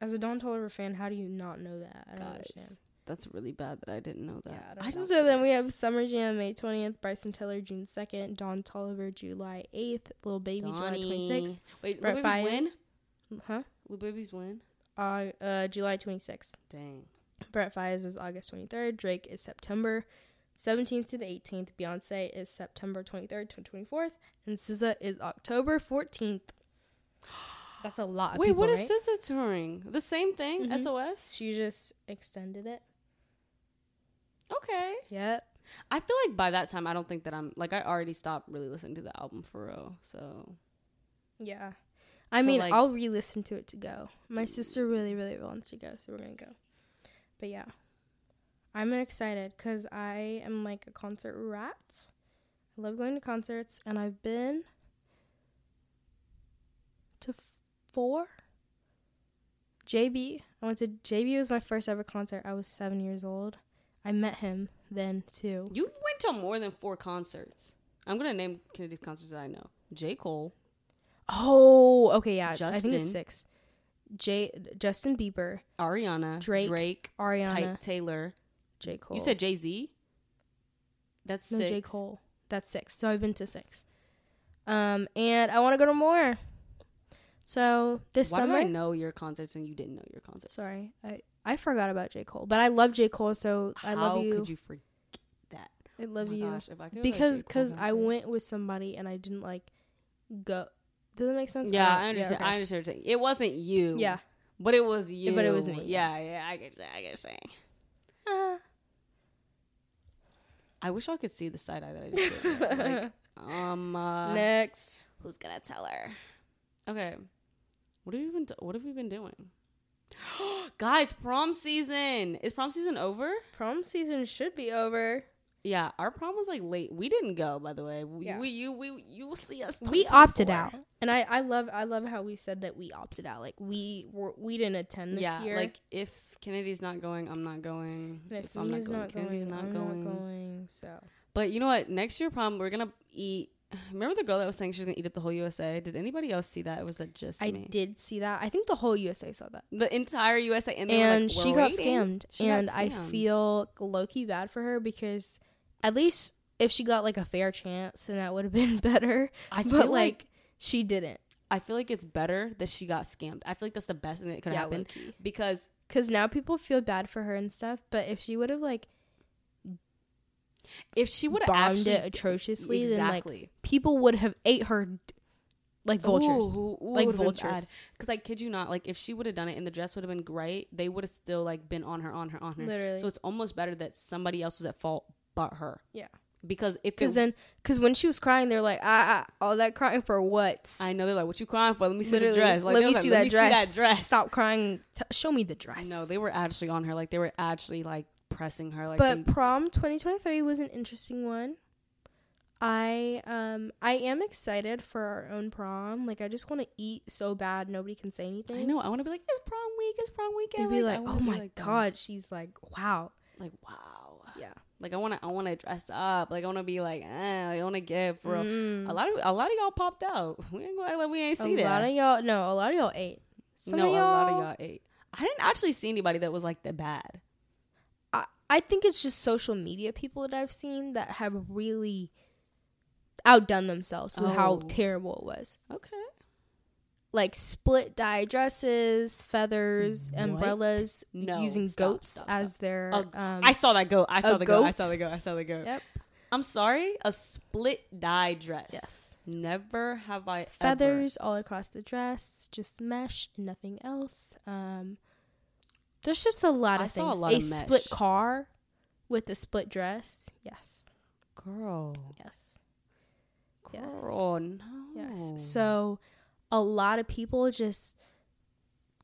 As a Don Tolliver fan, how do you not know that? I don't understand.
Guys, that's really bad that I didn't know
Yeah, I
that.
don't
I
know.
just
so then we have Summer Jam May 20th, Bryson Tiller June 2nd, Don Tolliver July 8th, Little Baby July 26th,
Donnie. Wait,
Brett
Lil Baby's win.
Fias. Huh?
Lil Baby's win.
Uh, uh, July 26th.
Dang.
Brett Fias is August 23rd. Drake is September 17th to the 18th. Beyonce is September 23rd to 24th. And SZA is October 14th. That's a lot. Of
Wait,
people,
what is
right?
SZA touring? The same thing?
Mhm.
SOS.
She just extended it.
Okay.
Yep.
I feel like by that time, I don't think that I'm like I already stopped really listening to the album for real. So
Yeah. I
So,
mean,
like-
I'll re listen to it to go. My sister really, really wants to go, so we're going to go. But yeah. I'm excited because I am like a concert rat. I love going to concerts, and I've been to f- four. JB. I went to JB was my first ever concert. I was seven years old. I met him then too.
you went to more than four concerts. I'm gonna name Kennedy's concerts that I know. J. Cole.
Oh, okay, yeah. I think it's
Justin.
six. J Justin Bieber,
Ariana, Drake,
Drake,
Drake
Ariana,
Ty- Taylor.
J. Cole.
You said Jay Z. That's
no
six.
J. Cole. That's six. So I've been to six. Um, and I want to go to more. So this
Why
summer,
did I know your concerts and you didn't know your concerts?
sorry, I I forgot about J. Cole, but I love J. Cole. So I love
How
you.
could you forget that?
I love
Oh my
you
gosh, if I could go to a
because
J. Cole
because I
concert.
went with somebody and I didn't like go. Does that make sense?
Yeah,
don't-
I understand.
Yeah,
I
okay.
understand. what you're saying. It wasn't you.
Yeah.
but it was you.
But it was me,
Yeah, yeah. I get. I get saying.
Ah.
I wish I could see the side eye that I just did. there. Like, um, uh,
Next,
who's gonna tell her? Okay, what have we been? what have we been doing? Guys, prom season is prom season over?
prom season should be over.
Yeah, our prom was like late. We didn't go, by the way. We,
Yeah.
we you we you will see us.
we opted
2024.
out and I, I love i love how we said that we opted out like we were we didn't attend this
yeah,
year
like if Kennedy's not going, I'm not going.
if,
If, I'm not
Mia's
going, Kennedy's not
I'm
going.
not going so
But you know what? Next year prom, we're gonna eat. Remember the girl that was saying she was gonna eat up the whole USA? Did anybody else see that? Or was that just
i
me?
did see that i think the whole usa saw that
the entire USA, and, they were
and
like,
she
"We're
got
waiting."
scammed
She got
and i
scammed.
feel low-key bad for her because at least if she got like a fair chance then that would have been better
I feel
but like,
like
she didn't
I feel like it's better that she got scammed. I feel like that's the best thing that could happen because
because now people feel bad for her and stuff but if she would have like
if she would have
bombed
actually
it atrociously then like
exactly
people would have ate her d- like vultures. Like vultures.
because I kid you not, like if she would have done it and the dress would have been great, they would have still like been on her, on her, on her.
Literally.
So it's almost better that somebody else was at fault but her.
Yeah.
Because if
Because
it,
then, because when she was crying, they're like, ah, ah, all that crying for what?
I know they're like, "What you crying for? Let me see
Literally,
the dress. Like,
let
they
me,
was like,
see, that dress.
that dress.
Stop crying. T- show me the dress.
No, they were actually on her. Like they were actually like pressing her. Like
but
they-
prom 2023 was an interesting one. I um I am excited for our own prom. Like I just want to eat so bad nobody can say anything.
I know. I want to be like, it's prom week. It's prom
They'd
weekend.
be
I
like,
wanna
"Oh my
that.
god, she's like, wow."
Like wow.
Yeah.
Like I want to. I want to dress up. Like I want to be like. Eh, like, I want to give for real.
Mm.
a lot of a lot of y'all popped out. We ain't gonna act like we ain't
A
see that.
lot of y'all, no, a lot of y'all ate. Some
no,
of
a lot of
y'all-
y'all ate. I didn't actually see anybody that was like that bad.
I, I think it's just social media people that I've seen that have really outdone themselves with how
Oh.
terrible it was.
Okay.
Like split dye dresses, feathers,
What?
umbrellas,
No,
using
stop,
goats
stop,
as their.
A-
um,
I saw that goat. I saw
a
the goat. I
goat?
saw the goat. I saw the goat.
Yep.
I'm sorry. A split dye dress.
Yes.
Never have I ever-
feathers all across the dress, just mesh and nothing else. Um, there's just a lot
I
of
saw a
things.
lot
a
of
split
mesh.
car with a split dress. Yes.
Girl,
Yes. Yes.
Girl, no.
Yes.
Oh.
So a lot of people just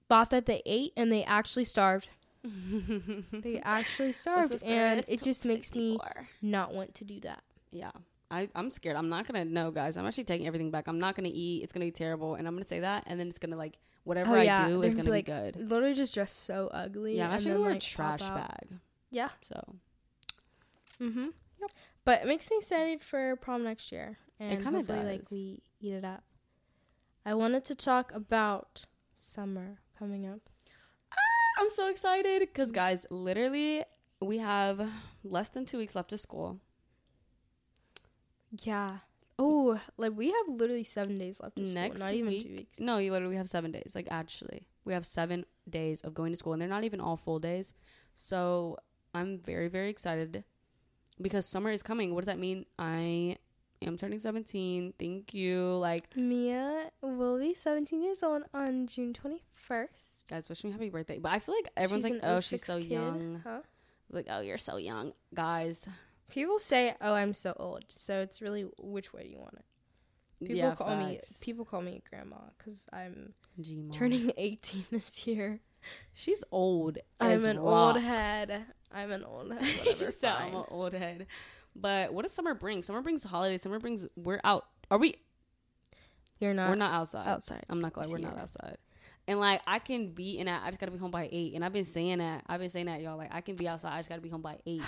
thought that they ate and they actually starved. They actually
This
starved
is where
and
it
it
took
just makes me
64.
not want to do that.
Yeah. I, I'm scared. I'm not gonna know, guys. I'm actually taking everything back. I'm not gonna eat. It's gonna be terrible, and I'm gonna say that, and then it's gonna like whatever I do
Oh, they're
is
gonna
gonna be,
like,
good.
Literally just dress so ugly.
Yeah, I'm
and
actually
then,
gonna wear a
like,
trash
pop out.
bag.
Yeah.
So
Mm-hmm.
Yep.
But it makes me excited for prom next year. And
kinda
hopefully, like
does.
we eat it up. I wanted to talk about summer coming up.
I'm so excited because guys, literally, we have less than two weeks left of school.
Yeah. Oh, like we have literally seven days left of
Next
school. Not even
week-
two weeks.
No, you literally have seven days. Like actually, we have seven days of going to school, and they're not even all full days. So I'm very very excited because summer is coming. What does that mean? I am turning 17. Thank you. Like
Mia will be 17 years old on June 21st.
guys, wish me happy birthday. But I feel like everyone's
She's
like,
an
oh, she's
06
so
kid,
young.
Huh?
Like oh, you're so young, guys.
People say, "Oh, I'm so old." So it's really which way do you want it? People
yeah,
call
facts. Oh.
me people call me grandma cuz I'm
G-Mom.
turning 18 this year.
She's old. as
I'm an
rocks.
old head. I'm an old head. Whatever.
So I'm
fine.
an old head. But what does summer bring? Summer brings holidays. Summer brings we're out. Are we?
You're not,
we're not outside.
outside.
I'm not glad
this
we're not
year.
outside. And like I can be in that. I just gotta be home by eight. And I've been saying that. I've been saying that, y'all. Like I can be outside. I just gotta be home by eight.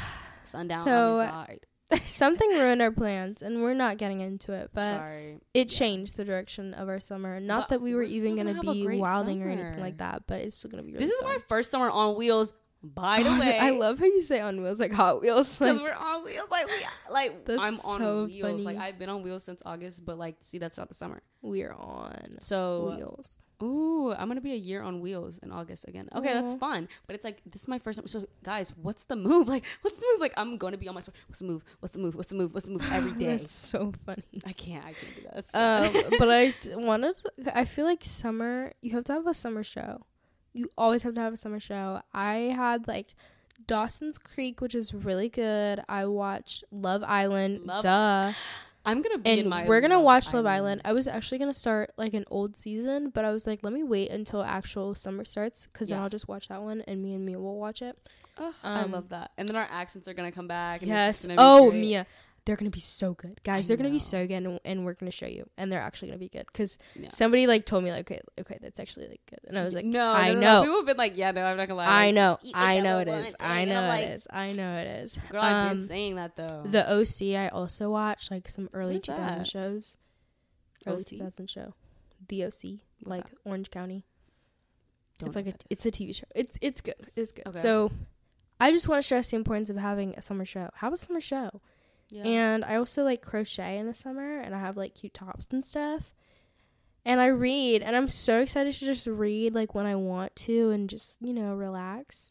Sundown.
So,
I'm inside.
Something ruined our plans, and we're not getting into it. But
Sorry.
it changed the direction of our summer. Not
But
that we were
we're still
even
gonna
gonna
have a
be
great
wilding or
summer.
anything like that, but it's still gonna be. Really
This is
fun.
my first summer on wheels. By the way,
Oh, I love how you say on wheels like Hot Wheels.
because
Like,
we're on wheels. Like we, like
That's
I'm on
so
wheels. Like
funny.
I've been on wheels since August. But like, see, that's not the summer.
we're uh, on
So
wheels.
Ooh, I'm gonna be a year on wheels in August again. Okay, that's
Aw.
fun. But it's like this is my first time. So guys, what's the move? Like, what's the move? Like, I'm gonna be on my story. What's the move? What's the move? What's the move? What's the move? Every day.
That's so funny.
I can't. I can't do that. That's
Um,
bad.
but I t- wanted. I feel like summer. You have to have a summer show. You always have to have a summer show. I had like Dawson's Creek, which is really good. I watched Love Island.
Love-
duh.
I'm gonna be in
and
my.
we're gonna watch Love Island. I was actually gonna start like an old season, but I was like, let me wait until actual summer starts, because then
Yeah.
I'll just watch that one, and me and Mia will watch it.
Ugh, I
Um,
love that. And then our accents are gonna come back. And it's
Yes.
just gonna be
Oh,
great.
Mia, they're gonna be so good, guys.
I
they're gonna
know.
be so good, and, and we're gonna show you, and they're actually gonna be good. Cause
Yeah.
somebody like told me like, okay, okay, that's actually like good, and I was like,
no, no,
I
no,
know.
No. People have been like, yeah, no, I'm not gonna lie.
I
Like,
know,
eat like
I
that
know it
little
is,
one
I
thing, and
know
I'm
it
like-
is, I know it is.
Girl, I've been
Um,
saying that though.
The OC, I also watched like some early
is
two thousand
that?
shows, early
OC?
two thousand show, the OC, like
that?
Orange County.
Don't
it's
know
like a,
what that is.
it's a TV show. It's it's good. It's good.
Okay.
So I just want to stress the importance of having a summer show. Have a summer show.
yeah.
And I also like crochet in the summer and I have like cute tops and stuff. And I read and I'm so excited to just read like when I want to and just, you know, relax.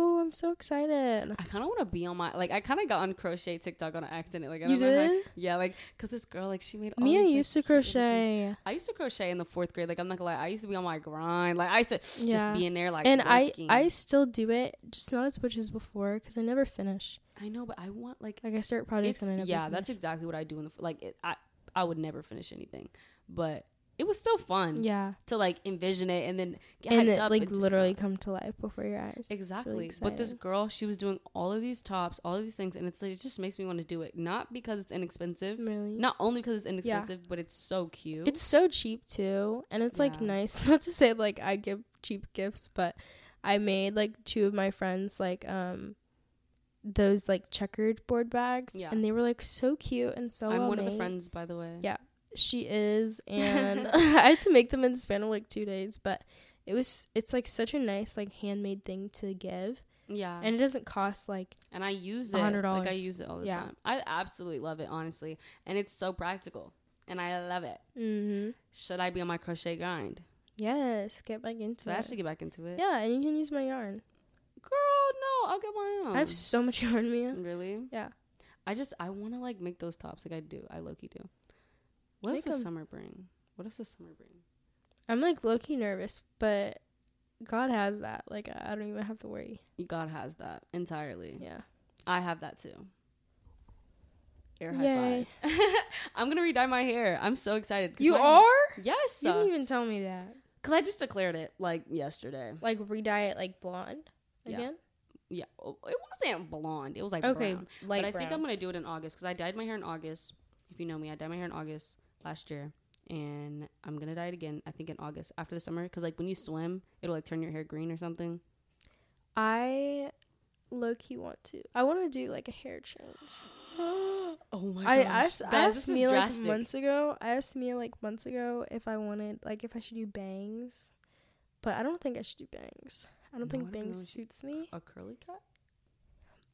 Oh, I'm so excited.
I kind of want to be on my like. I kind of got on crochet TikTok on accident. Like I
You
don't know, like-
did?
yeah, like because this girl like she made. All
Mia
these, like,
used to
cute little things.
crochet.
I used to crochet in the fourth grade. Like I'm not gonna lie, I used to be on my grind. Like I used to
Yeah.
just be in there like.
And I
working.
I still do it, just not as much as before cuz I never finish.
I know, but I want like
Like I start projects
it's
and I never
yeah.
finish.
That's exactly what I do in the like. It, I I would never finish anything, but it was still fun
yeah.
to like envision it and then get
and
hyped
it
up
like
and just
literally
not-
come to life before your eyes. It's really
Exactly. but this
exciting.
girl, she was doing all of these tops, all of these things, and it's like, it just makes me want to do it. Not because it's inexpensive,
really,
not only because it's inexpensive, but it's so cute.
it's so cheap too, and it's like
Yeah.
nice. Not to say like I give cheap gifts, but I made like two of my friends like um those like checkered board bags,
Yeah.
and they were like so cute and so.
I'm
well
one of the
made.
friends, by the way.
Yeah. She is, and I had to make them in the span of like two days, but it was it's like such a nice like handmade thing to give,
Yeah.
and it doesn't cost like
and I use it.
$100.
Like I use it all the
Yeah.
time. I absolutely love it, honestly, and it's so practical, and I love it.
mm-hmm.
Should I be on my crochet grind?
yes, get back into
Should I
it.
actually get back into it?
Yeah, and you can use my yarn.
Girl, no, I'll get my own.
I have so much yarn, Mia.
really.
Yeah.
I just I want to like make those tops like I do. I low key do. What
Make
does the
'em.
summer bring? What does the summer bring?
I'm like low key nervous, but God has that. Like I I don't even have to worry.
God has that entirely.
Yeah.
I have that too. Air
Yay.
high five. I'm gonna redye my hair. I'm so excited. 'cause
You
my-
are?
Yes.
You didn't even tell me that.
Because I just declared it like yesterday.
Like redye it like blonde
Yeah.
again.
Yeah, oh, it wasn't blonde. It was like
Okay,
brown.
light
but I think
brown.
I'm gonna do it in August because I dyed my hair in August. If you know me, I dyed my hair in August last year, and I'm gonna dye it again. I think in August after the summer, because like when you swim, it'll like turn your hair green or something.
I low key want to. I want to do like a hair change.
oh my
I asked, I
Guys,
asked
this is
Mia like
drastic.
months ago. I asked Mia like months ago if I wanted like if I should do bangs, but I don't think I should do bangs. I don't
No,
think
I don't
bangs
really sh-
suits me.
A curly cut?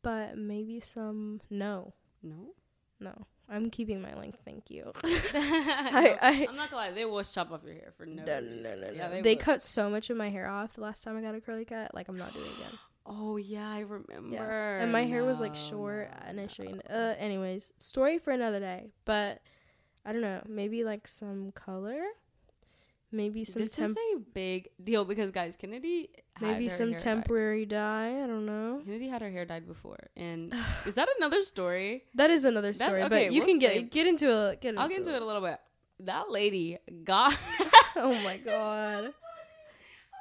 But maybe some no,
No.
no. I'm keeping my length. Thank you.
I,
I-
am not gonna lie. They will chop off your hair for no.
No, no,
reason.
no, no.
Yeah,
they
they would.
cut so much of my hair off the last time I got a curly cut. Like I'm not doing it again.
Oh yeah, I remember.
And my hair was like
No,
short
no,
and I
no.
straightened. Uh, anyways, story for another day. But I don't know, maybe like some color, maybe some
this
temp,
is a big deal because guys, Kennedy had
maybe
her
some
hair dyed.
temporary dye. I don't know.
Kennedy had her hair dyed before, and is that another story?
That is another
That's-
story,
okay,
but you
we'll
can
save-
get get into a get into,
I'll get into it a little bit. That lady got.
Oh my god,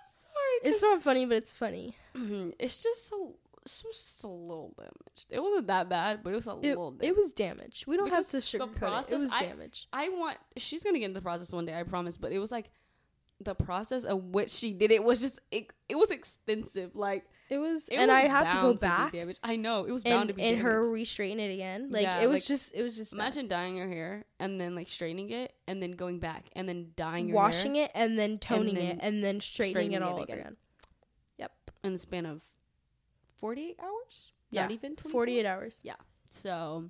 Sorry,
it's not funny, but it's funny.
it's, it's just so. She was just a little damaged. It wasn't that bad, but it was a
It,
little damaged.
it was damaged. We don't have to
Because the
sugarcoat it. It
process-
was
I-
damaged.
I want. She's gonna get into the process one day, I promise. But it was like the process of which she did it was just it, it was extensive. Like
It was,
it
and
was
I had to
bound
go
be
back
damaged. I know it was bound
and,
to be
and
damaged.
her restraighten it again. Like
Yeah,
it was
like,
just, it was just bad.
Imagine dyeing your hair and then like straightening it and then going back and then dyeing your
washing
hair
it and then toning
then
it and then straightening,
straightening
it
it
all
again.
again. Yep.
in the span of 48 hours? Not
Yeah,
even 24?
48 hours.
So,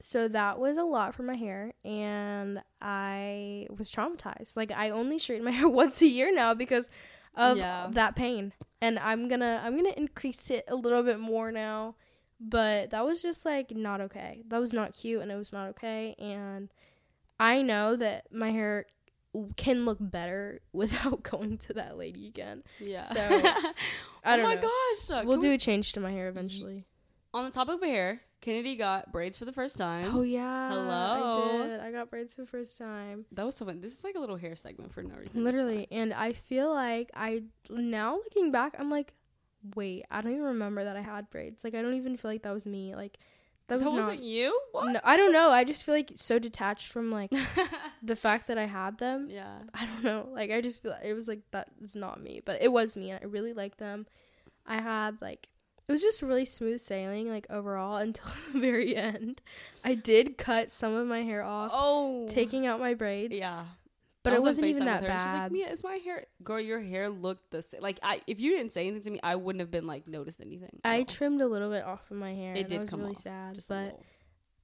So that was a lot for my hair and I was traumatized. Like I only straighten my hair once a year now because of
Yeah.
that pain. And I'm going to I'm going to increase it a little bit more now. But that was just like not okay. That was not cute and it was not okay and I know that my hair can look better without going to that lady again.
yeah.
So, I don't
oh my
know.
gosh. uh,
we'll
can
do a change to my hair eventually.
on the top of her hair, Kennedy got braids for the first time.
Oh yeah.
Hello?
I did. I got braids for the first time.
That was so fun. This is like a little hair segment for no reason. It's
Literally. And I feel like I now looking back, I'm like, wait, I don't even remember that I had braids. Like I don't even feel like that was me. Like
fine.
that was
That
not
wasn't you? What?
no, I don't know. I just feel like so detached from like the fact that I had them.
yeah.
I don't know. Like I just feel it was like that is not me, but it was me. And I really liked them. I had like it was just really smooth sailing like overall until the very end. I did cut some of my hair off,
Oh.
taking out my braids.
Yeah.
but
I
it
was on
wasn't even
FaceTime
that
with her, and
bad.
She's like, Mia, is my hair, girl? Your hair looked the same. Like, I if you didn't say anything to me, I wouldn't have been like noticed anything. at
I
all.
trimmed a little bit off of my hair.
It
and
did
I was
come
really
off,
sad,
Just a
but
little.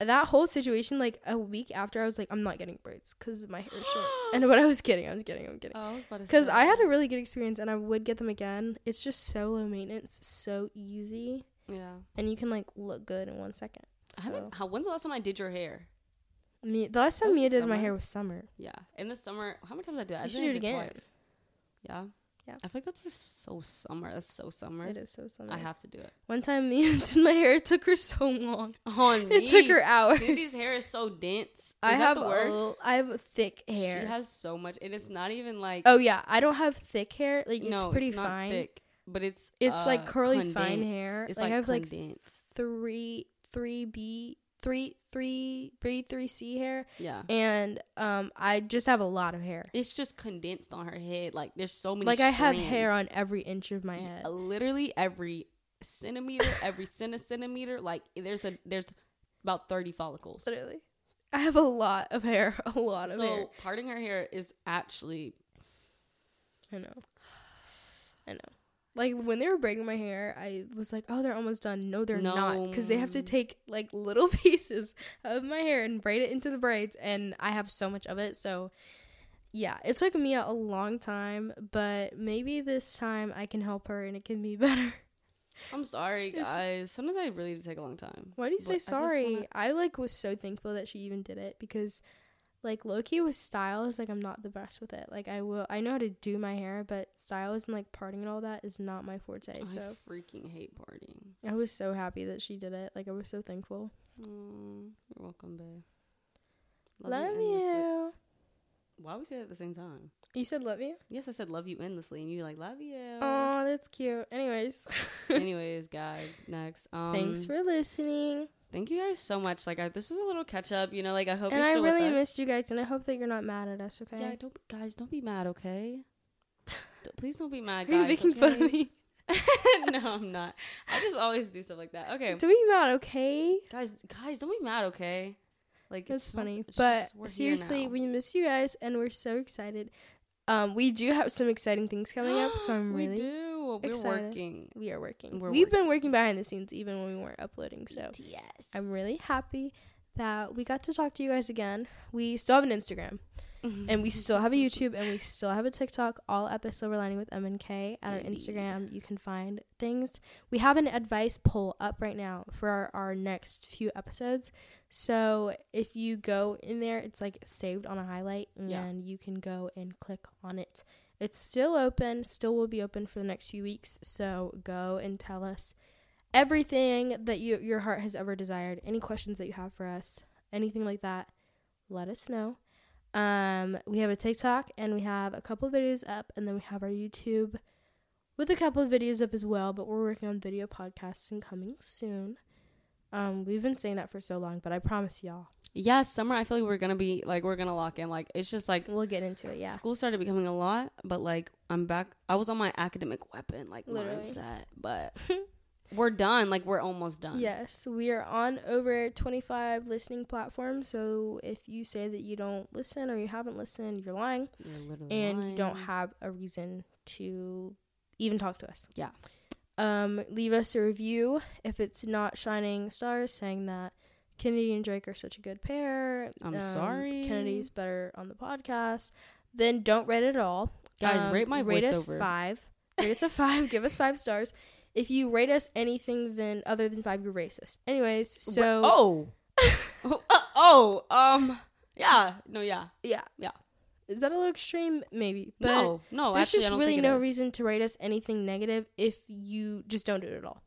that whole situation, like a week after, I was like, I'm not getting braids because my hair's short. And what I was kidding, I was kidding, I'm kidding.
Oh, I was about to
Because
say.
I had a really good experience, and I would get them again. It's just so low maintenance, so easy,
yeah.
and you can like look good in one second.
I haven't. How, when's the last time I did your hair?
Me, the last time
This
Mia
is
did my
summer.
hair was summer.
Yeah, in the summer. How many times I did? that? I
You should
think I
do it
did
again.
Twice. Yeah.
Yeah.
I feel like that's just so summer. That's so summer.
It is so summer.
I have to do it.
One time Mia did my hair. It took her so long.
On me.
It took her hours.
Kennedy's hair is so dense. Is
I
that
have
the word?
a, I have thick hair.
She has so much, and it's not even like.
Oh yeah, I don't have thick hair. Like
no,
it's pretty
not
fine.
thick, but it's
It's, like,
uh,
curly, fine
condensed.
hair.
It's
Like,
like,
I have, like,
condensed.
Three three B three three three three C hair,
yeah.
and um, I just have a lot of hair.
It's just condensed on her head. Like there's so many.
Like I have hair
strands.
on every inch of my head.
Yeah, literally every centimeter, every centi- centimeter. Like there's a there's about thirty follicles.
Literally, I have a lot of hair. A lot of
So
hair.
parting her hair is actually
I know. I know. Like when they were braiding my hair, I was like, "Oh, they're almost done." No, they're not, because they have to
No.
take like little pieces of my hair and braid it into the braids, and I have so much of it. So, yeah, it took Mia a long time, but maybe this time I can help her and it can be better.
I'm sorry,
It's-
guys. Sometimes I really do take a long time.
Why do you
But
say
I just wanna-
sorry? I, like was so thankful that she even did it because like Loki with style is like I'm not the best with it. Like I will I know how to do my hair, but styles and like parting and all that is not my forte. so
I freaking hate partying.
I was so happy that she did it. Like I was so thankful.
Mm, you're welcome, babe.
Love,
endlessly.
you.
Why we say that at the same time?
You said love you?
Yes, I said love you endlessly, and you're like love you.
Oh, that's cute. Anyways.
Anyways, guys, next. Um,
Thanks for listening.
Thank you guys so much. Like, I, this was a little catch up. You know, like I hope
And
you're
I
still
really
with us.
missed you guys and I hope that you're not mad at us, okay?
Yeah, don't guys, don't be mad, okay? Don't- please don't be mad,
Are you
guys.
making fun of
okay?
me?
no, I'm not. I just always do stuff like that. Okay,
Do we not okay?
guys, guys, don't be mad, okay? Like
That's
it's not-
funny.
it's
But
just- we're here
seriously,
now.
we miss you guys and we're so excited. Um, we do have some exciting things coming up, so I'm
we
really
do. We're
excited.
working.
we are working.
We're
we have been working behind the scenes even when we weren't uploading, so
Yes,
I'm really happy that we got to talk to you guys again. We still have an Instagram
Mm-hmm.
and we still have a YouTube and we still have a TikTok all at the Silver Lining with M and K. At our
Indeed.
Instagram, you can find things. We have an advice poll up right now for our, our next few episodes. So if you go in there, it's like saved on a highlight and
Yeah.
you can go and click on it. It's still open, still will be open for the next few weeks. So go and tell us everything that you, your heart has ever desired, any questions that you have for us, anything like that, let us know. Um, we have a TikTok and we have a couple of videos up, and then we have our YouTube with a couple of videos up as well. But we're working on video podcasting coming soon. Um, we've been saying that for so long, but I promise y'all,
yeah, summer. I feel like we're gonna be like we're gonna lock in. Like it's just like
we'll get into it. Yeah,
school started becoming a lot, but like I'm back. I was on my academic weapon like
Literally.
mindset, but we're done. Like we're almost done.
yes, we are on over 25 listening platforms. So if you say that you don't listen or you haven't listened, you're lying,
You're literally
and you don't
lying.
have a reason to even talk to us.
Yeah.
um, leave us a review if it's not shining stars saying that kennedy and drake are such a good pair
I'm
um,
sorry.
kennedy's better on the podcast then don't rate it at all
Guys,
Um,
rate my
rate us
voiceover.
five rate us a five give us five stars if you rate us anything then other than five you're racist anyways so
oh, oh, uh, oh, um, yeah, no, yeah,
yeah
yeah.
is that a little extreme maybe but
no, no.
there's
Oh, actually, I
just
don't
really
think it
no
is.
reason to rate us anything negative if you just don't do it at all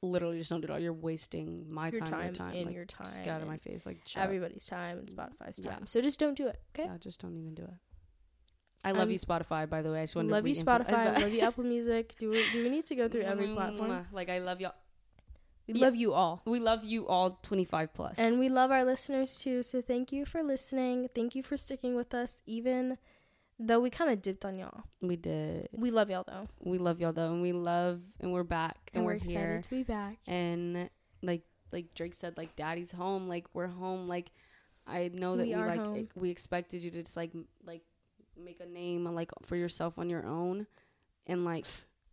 Literally, just don't do it. all. You're wasting my
Your
time,
time
your time,
and
like,
your
Just
time
get out of
and
my face, like shut up.
everybody's time and spotify's
Yeah.
time so just don't do it okay
Yeah, just don't even do it. I love
Um,
you, Spotify. By the way, I just wanted
love
to
you
re-emphasize
spotify
that.
love you apple music do we, do we need to go through every platform
Like I love y'all.
we
Yeah.
love you all
We love you all, twenty five plus.
and we love our listeners too so thank you for listening thank you for sticking with us even though we kind of dipped on y'all
we did.
we love y'all though
We love y'all though, and we love, and we're back, and, we're,
excited
here,
to be back
and like like Drake said, like Daddy's home, like we're home, like I know that
We
we,
are
like
home.
e- we expected you to just like m- like make a name like for yourself on your own, and like.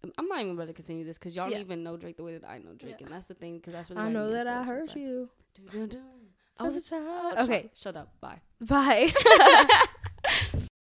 I'm- I'm not even about to continue this because y'all
Yeah.
don't even know Drake the way that I know Drake,
Yeah.
and that's the thing because that's what
i know that i heard you
Dun, dun, dun.
I
I was
was a
a
time.
child.
okay
shut up. Bye.
bye